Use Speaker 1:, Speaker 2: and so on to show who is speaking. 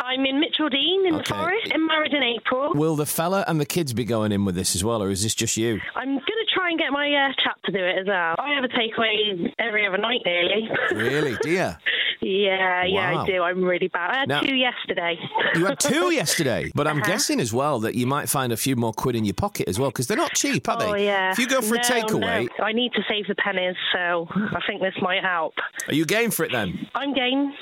Speaker 1: I'm in Mitchell Dean in the
Speaker 2: Okay.
Speaker 1: forest and married in April.
Speaker 2: Will the fella and the kids be going in with this as well, or is this just you?
Speaker 1: I'm going to try and get my uh, chap to do it as well. I have a takeaway every other night, nearly.
Speaker 2: Really, dear.
Speaker 1: yeah, yeah,
Speaker 2: Wow.
Speaker 1: I do. I'm really bad. I had
Speaker 2: Now-
Speaker 1: two yesterday.
Speaker 2: You had two yesterday, but
Speaker 1: Uh-huh.
Speaker 2: I'm guessing as well that you might find a few more quid in your pocket as well because they're not cheap, are they?
Speaker 1: Oh yeah.
Speaker 2: If you go for a
Speaker 1: No,
Speaker 2: takeaway,
Speaker 1: no. I need to save the pennies, so I think this might help.
Speaker 2: are you game for it then?
Speaker 1: I'm game.